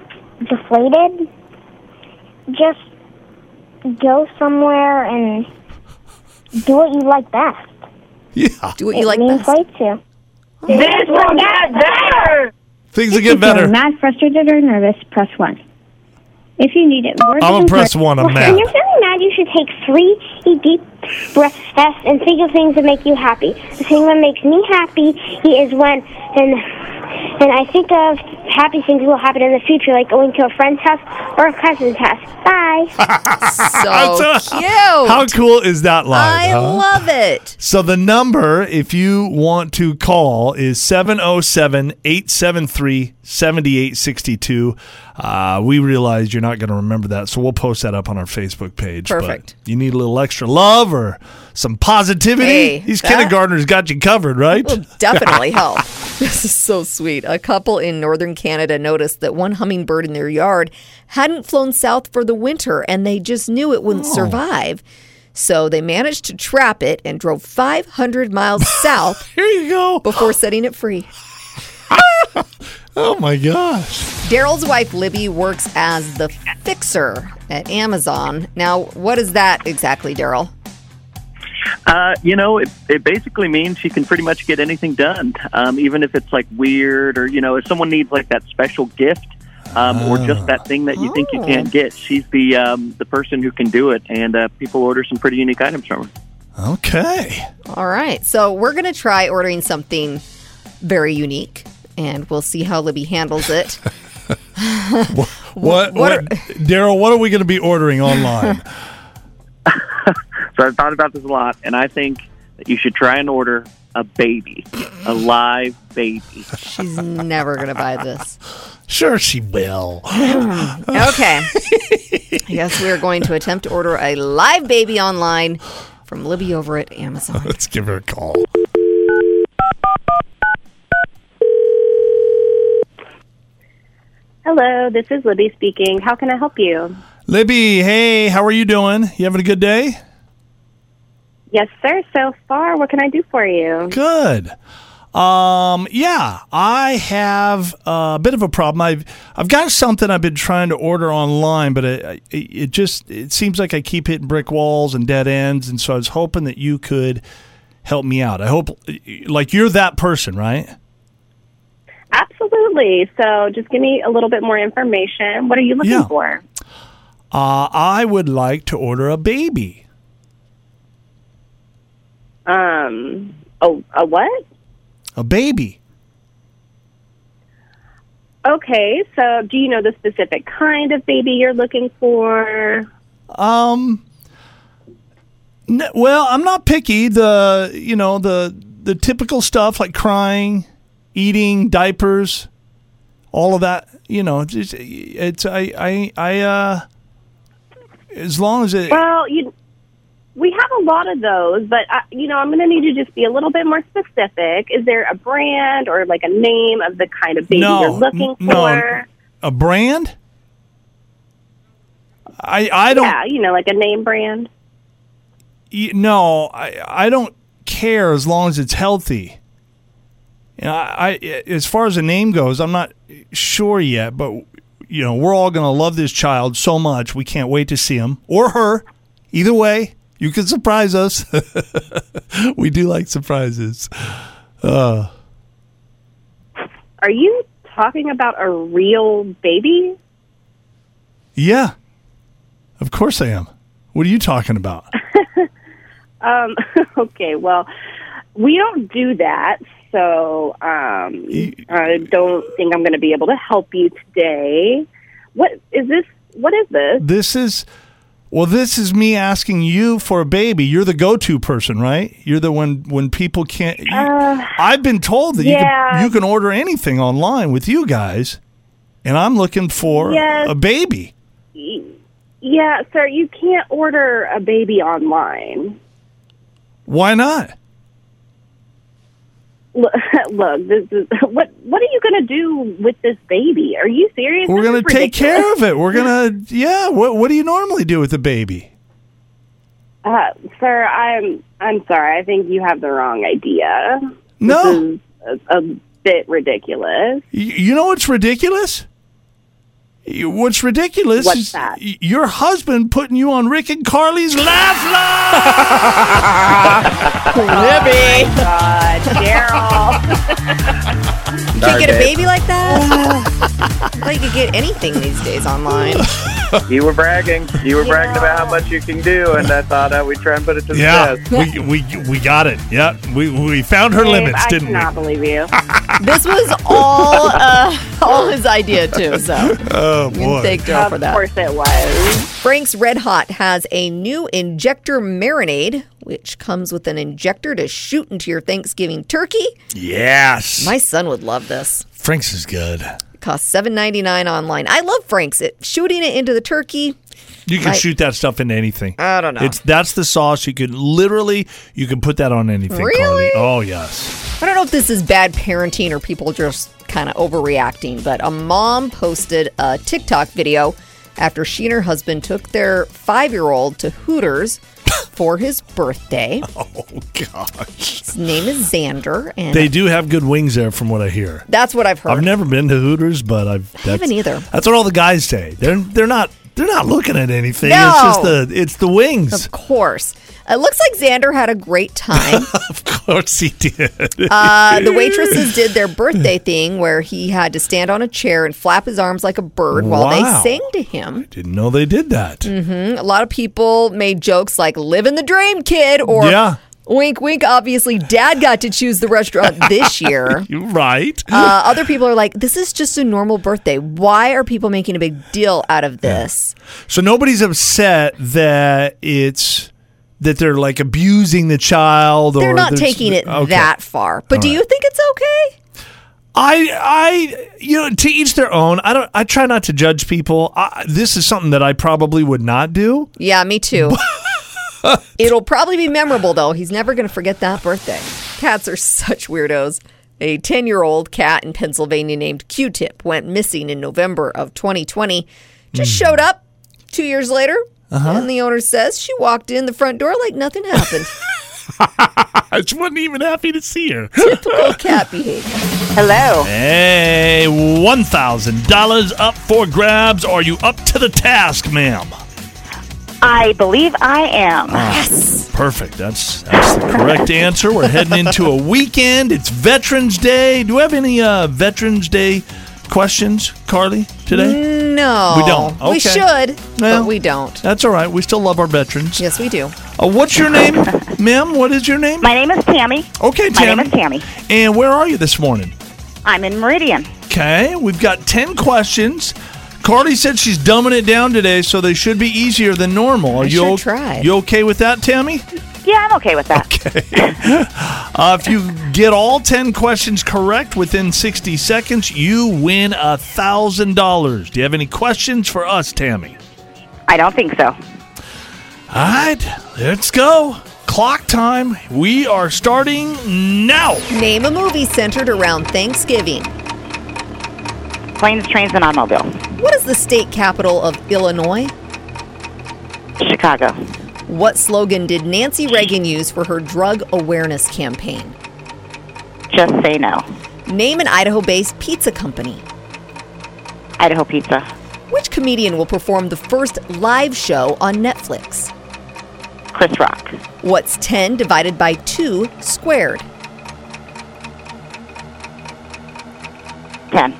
[SPEAKER 7] deflated, just go somewhere and do what you like best.
[SPEAKER 5] Yeah,
[SPEAKER 4] Do what you like
[SPEAKER 7] Means
[SPEAKER 4] best.
[SPEAKER 7] like to.
[SPEAKER 8] This will get better!
[SPEAKER 5] things will get better.
[SPEAKER 7] mad, frustrated, or nervous, press one. If you need it, words
[SPEAKER 5] I'm
[SPEAKER 7] of
[SPEAKER 5] gonna press
[SPEAKER 7] encouragement-
[SPEAKER 5] one, I'm mad.
[SPEAKER 7] When you're feeling mad, you should take three deep breaths fast and think of things that make you happy. The thing that makes me happy is when and and I think of happy things that will happen in the future, like going to a friend's house or a cousin's house. Bye. Oh,
[SPEAKER 4] So
[SPEAKER 5] That's a-
[SPEAKER 4] Oh, cute.
[SPEAKER 5] How cool is that line?
[SPEAKER 4] I
[SPEAKER 5] huh?
[SPEAKER 4] love it.
[SPEAKER 5] So the number, if you want to call, is 707-873-7862. Uh, we realize you're not going to remember that, so we'll post that up on our Facebook page. But
[SPEAKER 4] Perfect.
[SPEAKER 5] you need a little extra love or some positivity.
[SPEAKER 4] Hey,
[SPEAKER 5] These
[SPEAKER 4] that-
[SPEAKER 5] kindergartners got you covered, right?
[SPEAKER 4] Will definitely help. This is so sweet. A couple in northern Canada noticed that one hummingbird in their yard hadn't flown south for the winter and they just knew it wouldn't survive. So they managed to trap it and drove 500 miles south
[SPEAKER 5] Here you go.
[SPEAKER 4] before setting it free.
[SPEAKER 5] Oh my gosh.
[SPEAKER 4] Daryl's wife Libby works as the fixer at Amazon. Now, what is that exactly, Daryl?
[SPEAKER 9] Uh, you know, it, it basically means she can pretty much get anything done, um, even if it's like weird or, you know, if someone needs like that special gift um, or
[SPEAKER 2] Ah.
[SPEAKER 9] just that thing that you think you can't get. She's the um, the person who can do it, and uh, people order some pretty unique items from her.
[SPEAKER 5] Okay.
[SPEAKER 4] All right. So we're going to try ordering something very unique and we'll see how Libby handles it.
[SPEAKER 5] What,
[SPEAKER 4] what are-
[SPEAKER 5] what Daryl, what are we going to be ordering online?
[SPEAKER 9] So I've thought about this a lot, and I think that you should try and order a baby, a live baby.
[SPEAKER 4] She's never going to buy this.
[SPEAKER 5] sure she will.
[SPEAKER 4] Okay. I guess we are going to attempt to order a live baby online from Libby over at Amazon.
[SPEAKER 5] Let's give her a call.
[SPEAKER 6] Hello, this is Libby speaking. How can I help you?
[SPEAKER 5] Libby, hey, how are you doing? You having a good day?
[SPEAKER 6] Yes, sir. So far, what can I do for you?
[SPEAKER 5] Good. Um, yeah, I have a bit of a problem. I've I've got something I've been trying to order online, but it, it, it just it seems like I keep hitting brick walls and dead ends, and so I was hoping that you could help me out. I hope like you're that person, right?
[SPEAKER 6] Absolutely. So just give me a little bit more information. What are you looking
[SPEAKER 5] Yeah.
[SPEAKER 6] for?
[SPEAKER 5] Uh, I would like to order a baby.
[SPEAKER 6] Um, a, a what?
[SPEAKER 5] A baby.
[SPEAKER 6] Okay, so do you know the specific kind of baby you're looking for?
[SPEAKER 5] Um. n- well, I'm not picky. The you know the the typical stuff like crying, eating, diapers, all of that. You know, it's, it's- it's I I I uh. As long as it
[SPEAKER 6] Well, you, we have a lot of those, but I, you know, I'm going to need you to just be a little bit more specific. Is there a brand or like a name of the kind of baby
[SPEAKER 5] No,
[SPEAKER 6] you're looking
[SPEAKER 5] n- no.
[SPEAKER 6] for?
[SPEAKER 5] a brand. I I don't
[SPEAKER 6] Yeah, you know, like a name brand.
[SPEAKER 5] y- no I I don't care as long as it's healthy. And I, I as far as the name goes, I'm not sure yet, but you know, we're all going to love this child so much. We can't wait to see him or her. Either way, you can surprise us. we do like surprises.
[SPEAKER 10] Are you talking about a real baby?
[SPEAKER 5] Yeah. Of course I am. What are you talking about?
[SPEAKER 10] Um, okay, well, we don't do that, so um, I don't think I'm going to be able to help you today. What is this? What is this?
[SPEAKER 5] This is well, this is me asking you for a baby. You're the go-to person, right? You're the one when people can't. you- I've been told that
[SPEAKER 10] Uh, yeah.
[SPEAKER 5] you can you can order anything online with you guys, and I'm looking for
[SPEAKER 10] Yes.
[SPEAKER 5] a baby.
[SPEAKER 10] Yeah, sir, you can't order a baby online.
[SPEAKER 5] Why not?
[SPEAKER 10] Look, look this is, what what are you going to do with this baby? Are you serious?
[SPEAKER 5] We're
[SPEAKER 10] This
[SPEAKER 5] gonna
[SPEAKER 10] is
[SPEAKER 5] take care
[SPEAKER 10] ridiculous.
[SPEAKER 5] of it. We're gonna yeah. What what do you normally do with a baby?
[SPEAKER 10] Uh, sir, I'm I'm sorry. I think you have the wrong idea.
[SPEAKER 5] No,
[SPEAKER 10] This is a, a bit ridiculous.
[SPEAKER 5] Y- you know what's ridiculous. Y- What's ridiculous
[SPEAKER 10] What's
[SPEAKER 5] is
[SPEAKER 10] that?
[SPEAKER 5] y- your husband putting you on Rick and Carly's laugh line.
[SPEAKER 4] Oh Libby.
[SPEAKER 10] God, Daryl.
[SPEAKER 4] Can't get a baby like that? like you could get anything these days online.
[SPEAKER 9] You were bragging. You were bragging about how much you can do, and I thought uh, we'd try and put it to the
[SPEAKER 5] Yeah,
[SPEAKER 9] test.
[SPEAKER 5] we, we we got it. Yeah, we we found her limits,
[SPEAKER 10] I
[SPEAKER 5] didn't we?
[SPEAKER 10] cannot believe you.
[SPEAKER 4] This was all uh, all his idea too. So
[SPEAKER 5] Oh
[SPEAKER 4] you can
[SPEAKER 5] boy.
[SPEAKER 4] thank Daryl for
[SPEAKER 10] of
[SPEAKER 4] that.
[SPEAKER 10] course it was.
[SPEAKER 4] Frank's Red Hot has a new injector marinade, which comes with an injector to shoot into your Thanksgiving turkey.
[SPEAKER 5] Yes.
[SPEAKER 4] My son would love this.
[SPEAKER 5] Frank's is good.
[SPEAKER 4] It costs seven ninety nine online. I love Frank's. It shooting it into the turkey.
[SPEAKER 5] You can
[SPEAKER 4] Like-
[SPEAKER 5] shoot that stuff into anything.
[SPEAKER 4] I don't know.
[SPEAKER 5] It's that's the sauce. You could literally you can put that on anything. Carly.
[SPEAKER 4] Really?
[SPEAKER 5] Oh yes.
[SPEAKER 4] I don't know if this is bad parenting or people just kind of overreacting, but a mom posted a TikTok video after she and her husband took their five year old to Hooters for his birthday.
[SPEAKER 5] Oh gosh.
[SPEAKER 4] His name is Xander, and
[SPEAKER 5] They do have good wings there, from what I hear.
[SPEAKER 4] that's what I've heard.
[SPEAKER 5] I've never been to Hooters, but I've that's,
[SPEAKER 4] haven't either.
[SPEAKER 5] That's what all the guys say. They're they're not they're not looking at anything.
[SPEAKER 4] No.
[SPEAKER 5] It's just the it's the wings.
[SPEAKER 4] of course. It looks like Xander had a great time.
[SPEAKER 5] Of course he did.
[SPEAKER 4] Uh, the waitresses did their birthday thing where he had to stand on a chair and flap his arms like a bird while
[SPEAKER 5] Wow.
[SPEAKER 4] they sang to him.
[SPEAKER 5] Didn't know they did that.
[SPEAKER 4] A lot of people made jokes like "Living the dream, kid," or
[SPEAKER 5] Yeah.
[SPEAKER 4] "Wink, wink." Obviously, Dad got to choose the restaurant this year.
[SPEAKER 5] You're right.
[SPEAKER 4] Uh, other people are like, "This is just a normal birthday. Why are people making a big deal out of this?"
[SPEAKER 5] So nobody's upset that it's that they're like abusing the child. Or
[SPEAKER 4] They're not
[SPEAKER 5] there's-
[SPEAKER 4] taking it
[SPEAKER 5] okay.
[SPEAKER 4] that far. But do you think it's okay?
[SPEAKER 5] I, I, you know, to each their own. I don't. I try not to judge people. I, this is something that I probably would not do.
[SPEAKER 4] Yeah, me too. It'll probably be memorable, though. He's never going to forget that birthday. Cats are such weirdos. A 10 year old cat in Pennsylvania named Q Tip went missing in November of 2020. Just
[SPEAKER 5] Hmm.
[SPEAKER 4] showed up two years later.
[SPEAKER 5] Uh-huh.
[SPEAKER 4] And the owner says she walked in the front door like nothing happened.
[SPEAKER 5] I just wasn't even happy to see her.
[SPEAKER 4] Typical cat behavior.
[SPEAKER 10] Hello.
[SPEAKER 5] hey, one thousand dollars up for grabs. Are you up to the task, ma'am?
[SPEAKER 10] I believe I am.
[SPEAKER 5] Ah.
[SPEAKER 4] Yes.
[SPEAKER 5] Perfect. That's that's the correct answer. We're heading into a weekend. It's Veterans Day. Do we have any uh, Veterans Day questions, Carly, today?
[SPEAKER 4] No.
[SPEAKER 5] We don't.
[SPEAKER 4] Oh, We
[SPEAKER 5] Okay.
[SPEAKER 4] should,
[SPEAKER 5] Well.
[SPEAKER 4] but we don't.
[SPEAKER 5] That's all right. We still love our veterans.
[SPEAKER 4] Yes, we do.
[SPEAKER 5] Uh, what's your name, ma'am? What is your name?
[SPEAKER 10] My name is Tammy.
[SPEAKER 5] okay,
[SPEAKER 10] My
[SPEAKER 5] Tammy.
[SPEAKER 10] name is Tammy.
[SPEAKER 5] And where are you this morning?
[SPEAKER 10] I'm in Meridian.
[SPEAKER 5] Okay, we've got 10 questions. Carly said she's dumbing it down today, so they should be easier than normal. Are you
[SPEAKER 4] sure
[SPEAKER 5] o-
[SPEAKER 4] tried.
[SPEAKER 5] You okay with that, Tammy?
[SPEAKER 10] Yeah, I'm okay with that.
[SPEAKER 5] Uh, if you get all 10 questions correct within 60 seconds, you win a $1,000. Do you have any questions for us, Tammy?
[SPEAKER 10] I don't think so.
[SPEAKER 5] All right, let's go. Clock time. We are starting now.
[SPEAKER 4] Name a movie centered around Thanksgiving.
[SPEAKER 10] Planes, trains, and automobile.
[SPEAKER 4] What is the state capital of Illinois?
[SPEAKER 10] Chicago.
[SPEAKER 4] What slogan did Nancy Reagan use for her drug awareness campaign?
[SPEAKER 10] Just say no.
[SPEAKER 4] Name an Idaho based pizza company.
[SPEAKER 10] Idaho Pizza.
[SPEAKER 4] Which comedian will perform the first live show on Netflix?
[SPEAKER 10] Chris Rock.
[SPEAKER 4] What's 10 divided by 2 squared?
[SPEAKER 10] 10.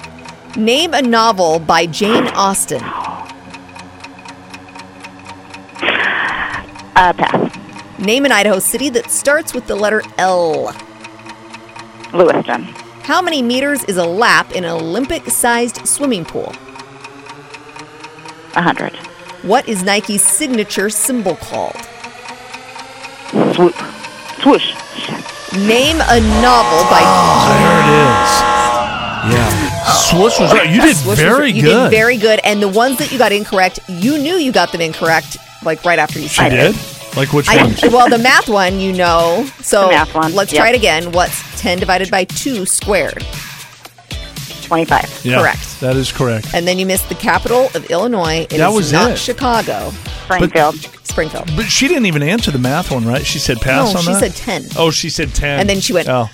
[SPEAKER 4] Name a novel by Jane Austen.
[SPEAKER 10] Uh, pass.
[SPEAKER 4] Name an Idaho city that starts with the letter L.
[SPEAKER 10] Lewiston.
[SPEAKER 4] How many meters is a lap in an Olympic sized swimming pool?
[SPEAKER 10] 100.
[SPEAKER 4] What is Nike's signature symbol called?
[SPEAKER 10] Swoop. Swoosh.
[SPEAKER 4] Name a novel
[SPEAKER 5] Ah,
[SPEAKER 4] by.
[SPEAKER 5] There it is. Yeah. Swoosh was right. You did
[SPEAKER 4] Swoosh was-
[SPEAKER 5] very
[SPEAKER 4] you
[SPEAKER 5] good.
[SPEAKER 4] Did very good. And the ones that you got incorrect, you knew you got them incorrect, like right after you
[SPEAKER 5] you
[SPEAKER 4] said it.
[SPEAKER 5] did? Like which
[SPEAKER 4] I,
[SPEAKER 5] ones?
[SPEAKER 4] well, the math one, you know. So
[SPEAKER 10] The math one,
[SPEAKER 4] let's
[SPEAKER 10] yep.
[SPEAKER 4] try it again. What's 10 divided by 2 squared?
[SPEAKER 10] 25.
[SPEAKER 5] Yeah,
[SPEAKER 4] correct.
[SPEAKER 5] That is correct.
[SPEAKER 4] And then you missed the capital of Illinois. It
[SPEAKER 5] That
[SPEAKER 4] is
[SPEAKER 5] was
[SPEAKER 4] not
[SPEAKER 5] it.
[SPEAKER 4] Chicago,
[SPEAKER 10] Springfield.
[SPEAKER 4] Springfield.
[SPEAKER 5] But she didn't even answer the math one, right? She said pass
[SPEAKER 4] no,
[SPEAKER 5] on
[SPEAKER 4] she
[SPEAKER 5] that?
[SPEAKER 4] said 10.
[SPEAKER 5] Oh, she said 10.
[SPEAKER 4] And then she went-
[SPEAKER 5] Oh.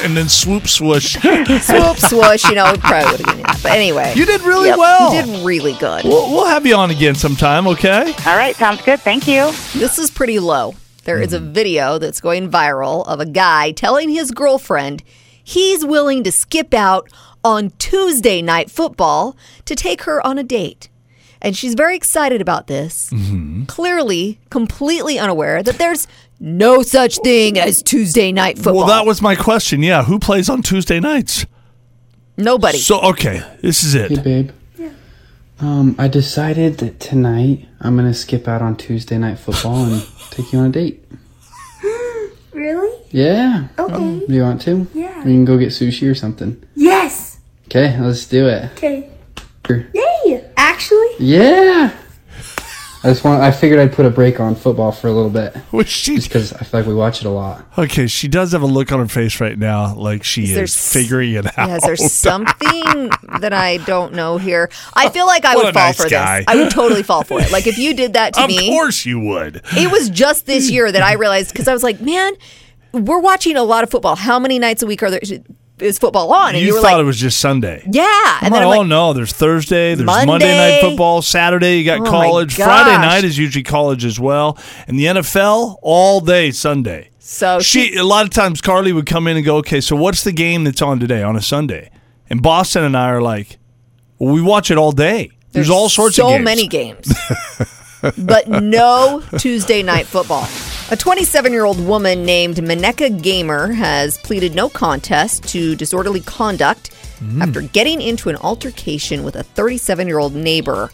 [SPEAKER 5] and then swoop swoosh.
[SPEAKER 4] Swoop, swoosh, you know, probably would have been it. But anyway.
[SPEAKER 5] You did really
[SPEAKER 4] Yep,
[SPEAKER 5] well.
[SPEAKER 4] You did really good.
[SPEAKER 5] We'll, we'll have you on again sometime, okay?
[SPEAKER 10] All right, sounds good. Thank you.
[SPEAKER 4] This is pretty low. There is a
[SPEAKER 5] Mm-hmm.
[SPEAKER 4] video that's going viral of a guy telling his girlfriend he's willing to skip out on Tuesday night football to take her on a date. And she's very excited about this,
[SPEAKER 5] Mm-hmm.
[SPEAKER 4] clearly completely unaware that there's no such thing as Tuesday night football.
[SPEAKER 5] Well, that was my question. Yeah, who plays on Tuesday nights?
[SPEAKER 4] Nobody.
[SPEAKER 5] So, okay, this is
[SPEAKER 11] Hey,
[SPEAKER 5] it.
[SPEAKER 11] babe. Um, I decided that tonight I'm gonna skip out on Tuesday night football and take you on a date.
[SPEAKER 7] Really?
[SPEAKER 11] Yeah.
[SPEAKER 7] Okay.
[SPEAKER 11] Do you want to?
[SPEAKER 7] Yeah.
[SPEAKER 11] We can go get sushi or something.
[SPEAKER 7] Yes.
[SPEAKER 11] Okay, let's do it.
[SPEAKER 7] Okay. Yay! Actually,
[SPEAKER 11] Yeah. I just want. I figured I'd put a break on football for a little bit
[SPEAKER 5] Which she,
[SPEAKER 11] just because I feel like we watch it a lot.
[SPEAKER 5] okay, she does have a look on her face right now like she
[SPEAKER 4] there
[SPEAKER 5] is
[SPEAKER 4] s-
[SPEAKER 5] figuring it out.
[SPEAKER 4] Yeah, is there something that I don't know here? I feel like I
[SPEAKER 5] What
[SPEAKER 4] would
[SPEAKER 5] a
[SPEAKER 4] fall
[SPEAKER 5] nice
[SPEAKER 4] for
[SPEAKER 5] guy.
[SPEAKER 4] this. I would totally fall for it. Like if you did that to
[SPEAKER 5] of
[SPEAKER 4] me,
[SPEAKER 5] course you would.
[SPEAKER 4] it was just this year that I realized because I was like, man, we're watching a lot of football. How many nights a week are there? Is football on? And you,
[SPEAKER 5] you
[SPEAKER 4] were
[SPEAKER 5] thought
[SPEAKER 4] like,
[SPEAKER 5] it was just Sunday.
[SPEAKER 4] yeah.
[SPEAKER 5] I'm
[SPEAKER 4] And then
[SPEAKER 5] like,
[SPEAKER 4] I'm
[SPEAKER 5] oh
[SPEAKER 4] like,
[SPEAKER 5] no, there's Thursday, there's Monday, night
[SPEAKER 4] Monday. Oh
[SPEAKER 5] football, Saturday you got
[SPEAKER 4] my
[SPEAKER 5] college, Friday
[SPEAKER 4] gosh.
[SPEAKER 5] night is usually college as well, and the NFL all day Sunday.
[SPEAKER 4] so she,
[SPEAKER 5] She a lot of times Carly would come in and go, okay, so what's the game that's on today on a Sunday? And Boston and I are like, well, we watch it all day. There's, all sorts
[SPEAKER 4] so
[SPEAKER 5] of games.
[SPEAKER 4] many games, but no Tuesday night football. A 27 year old woman named Maneka Gamer has pleaded no contest to disorderly conduct
[SPEAKER 5] Mm.
[SPEAKER 4] after getting into an altercation with a 37 year old neighbor.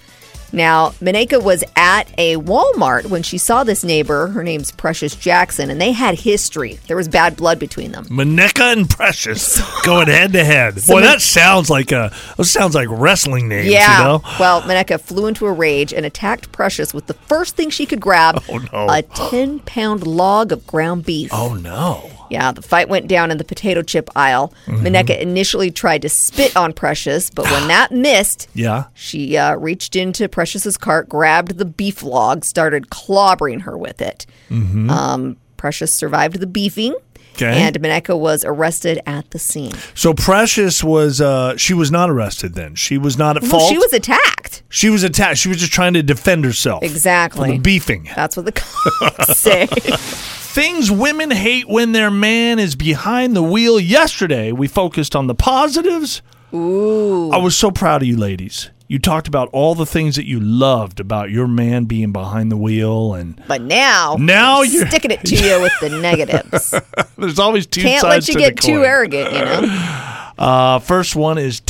[SPEAKER 4] Now, Maneka was at a Walmart when she saw this neighbor. Her name's Precious Jackson, and they had history. There was bad blood between them.
[SPEAKER 5] Maneka and Precious going head to head. Boy,
[SPEAKER 4] Man-
[SPEAKER 5] that sounds like a that sounds like wrestling names,
[SPEAKER 4] Yeah.
[SPEAKER 5] you know?
[SPEAKER 4] Well, Maneka flew into a rage and attacked Precious with the first thing she could grab
[SPEAKER 5] Oh, no.
[SPEAKER 4] a 10 pound log of ground beef.
[SPEAKER 5] Oh no.
[SPEAKER 4] Yeah, the fight went down in the potato chip aisle.
[SPEAKER 5] Mm-hmm.
[SPEAKER 4] Maneka initially tried to spit on Precious, but when that missed,
[SPEAKER 5] Yeah.
[SPEAKER 4] she uh, reached into Precious's cart, grabbed the beef log, started clobbering her with it. Um, Precious survived the beefing.
[SPEAKER 5] Mm-hmm. Okay.
[SPEAKER 4] And Maneka was arrested at the scene.
[SPEAKER 5] So Precious was uh she was not arrested then. She was not at
[SPEAKER 4] Well,
[SPEAKER 5] fault.
[SPEAKER 4] she was attacked.
[SPEAKER 5] She was attacked. She was just trying to defend herself.
[SPEAKER 4] Exactly.
[SPEAKER 5] From the beefing.
[SPEAKER 4] That's what the cops say.
[SPEAKER 5] Things women hate when their man is behind the wheel. Yesterday, we focused on the positives. Ooh. I was so proud of you ladies. You talked about all the things that you loved about your man being behind the wheel and
[SPEAKER 4] But now,
[SPEAKER 5] Now
[SPEAKER 4] I'm
[SPEAKER 5] you're-
[SPEAKER 4] sticking it to you with the negatives.
[SPEAKER 5] there's always 2
[SPEAKER 4] Can't let
[SPEAKER 5] sides
[SPEAKER 4] you
[SPEAKER 5] to the
[SPEAKER 4] get too
[SPEAKER 5] coin.
[SPEAKER 4] arrogant, you know.
[SPEAKER 5] Uh, first one is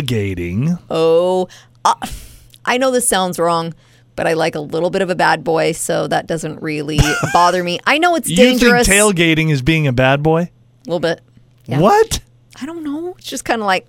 [SPEAKER 5] tailgating.
[SPEAKER 4] Oh, uh, I know this sounds wrong, but I like a little bit of a bad boy, so that doesn't really bother me. I know it's dangerous.
[SPEAKER 5] You think tailgating is being a bad boy?
[SPEAKER 4] a little bit. Yeah.
[SPEAKER 5] What?
[SPEAKER 4] I don't know. It's just kind of like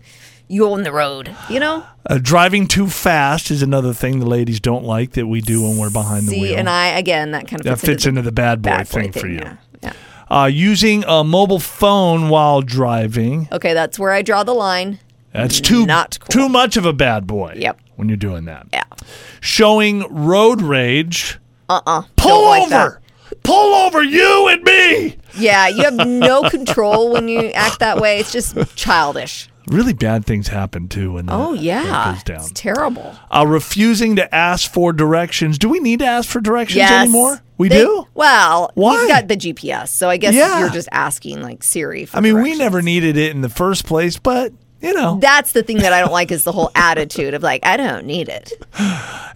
[SPEAKER 4] you own the road, you know.
[SPEAKER 5] Uh, driving too fast is another thing the ladies don't like that we do when we're behind the
[SPEAKER 4] See,
[SPEAKER 5] wheel.
[SPEAKER 4] and I again that kind of
[SPEAKER 5] that
[SPEAKER 4] fits,
[SPEAKER 5] fits into the bad boy
[SPEAKER 4] bad boy
[SPEAKER 5] thing for you.
[SPEAKER 4] Yeah. yeah.
[SPEAKER 5] uh, using a mobile phone while driving.
[SPEAKER 4] Okay, that's where I draw the line.
[SPEAKER 5] That's too
[SPEAKER 4] Not cool.
[SPEAKER 5] too much of a bad boy.
[SPEAKER 4] Yep.
[SPEAKER 5] When you're doing that.
[SPEAKER 4] Yeah. Don't
[SPEAKER 5] Showing road rage. Pull
[SPEAKER 4] Uh-uh. like that.
[SPEAKER 5] over. Pull over you and me.
[SPEAKER 4] Yeah, you have no control when you act that way. It's just childish.
[SPEAKER 5] Really bad things happen too when that-
[SPEAKER 4] Oh
[SPEAKER 5] that
[SPEAKER 4] yeah,
[SPEAKER 5] goes down.
[SPEAKER 4] it's terrible.
[SPEAKER 5] uh, refusing to ask for directions. Do we need to ask for directions
[SPEAKER 4] Yes,
[SPEAKER 5] anymore? We
[SPEAKER 4] They-
[SPEAKER 5] do.
[SPEAKER 4] Well,
[SPEAKER 5] Why?
[SPEAKER 4] you've got the GPS, so I guess
[SPEAKER 5] Yeah.
[SPEAKER 4] you're just asking like Siri. For
[SPEAKER 5] I mean, we
[SPEAKER 4] directions.
[SPEAKER 5] never needed it in the first place, but you know.
[SPEAKER 4] That's the thing that I don't like is the whole attitude of like, I don't need it.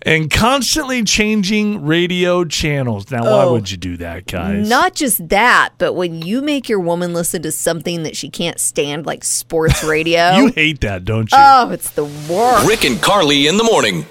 [SPEAKER 5] and constantly changing radio channels. Now, why
[SPEAKER 4] Oh.
[SPEAKER 5] would you do that, guys?
[SPEAKER 4] Not just that, but when you make your woman listen to something that she can't stand, like sports radio.
[SPEAKER 5] you hate that, don't you?
[SPEAKER 4] oh, it's the worst.
[SPEAKER 3] Rick and Carly in the morning.